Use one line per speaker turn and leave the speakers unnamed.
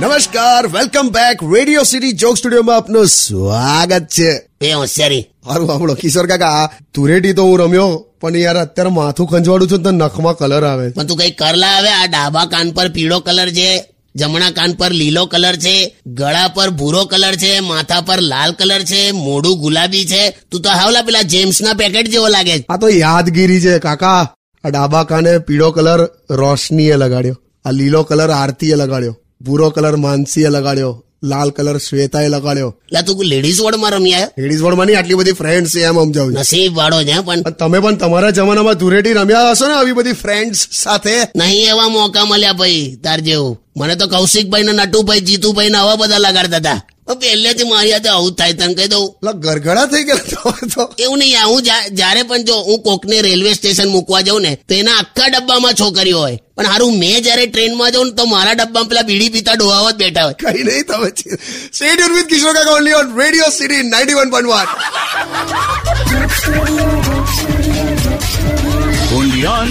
નમસ્કાર welcome back Radio City jock સ્ટુડિયોમાં આપનું સ્વાગત છે
બે હોશિયારી
હારું આપણો કિશોર કાકા ધૂરેટી તો હું રમ્યો પણ યાર અત્યારે માથું ખંજવાડું છું ને તો નખમાં કલર આવે
પણ તું કઈ કરલા આવે આ ડાબા કાન પર પીળો કલર છે જમણા કાન પર લીલો કલર છે ગળા પર ભૂરો કલર છે માથા પર લાલ કલર છે મોઢું ગુલાબી છે તું તો હાવલા પેલા જેમ્સ ના પેકેટ જેવો લાગે છે.
આ તો યાદગીરી છે કાકા આ ડાબા કાને પીળો કલર રોશનીએ લગાડ્યો આ લીલો કલર આરતીએ લગાડ્યો ભૂરો કલર માનસીએ લગાડ્યો લાલ કલર શ્વેતાએ લગાડ્યો
લા તું લેડીઝ વોર્ડ માં રમી આવ્યો
લેડીઝ વર્લ્ડમાં નહીં આટલી બધી ફ્રેન્ડ્સ છે એમ સમજાવું છું.
નસીબ વાળો છે હે, પણ
પણ તમે પણ તમારા જમાનામાં ધૂળેટી રમ્યા હશો ને આવી બધી ફ્રેન્ડ્સ સાથે
નહીં એવા મોકા મળ્યા ભાઈ તાર જેવું મને તો કૌશિકભાઈ ને નટુભાઈ જીતુભાઈ ને આવા બધા લગાડતા હતા પણ પહેલેથી મારી હાથે આવું જ થાય તને કહી દઉં
એટલે ગરગડા થઈ ગયા તમે તો
એવું નહીં આ હું જા- જ્યારે પણ જો હું કોકને રેલવે સ્ટેશન મૂકવા જાઉં ને તો એના આખા ડબ્બામાં છોકરીઓ હોય પણ હારું મેં જ્યારે ટ્રેનમાં જાઉં ને તો મારા ડબ્બામાં પેલા બીડી પીતા ડોહાઓ જ બેઠા હોય
કઈ નહીં તમે state યુન with Kishore Kaka only on Radio City ninety one point one
only on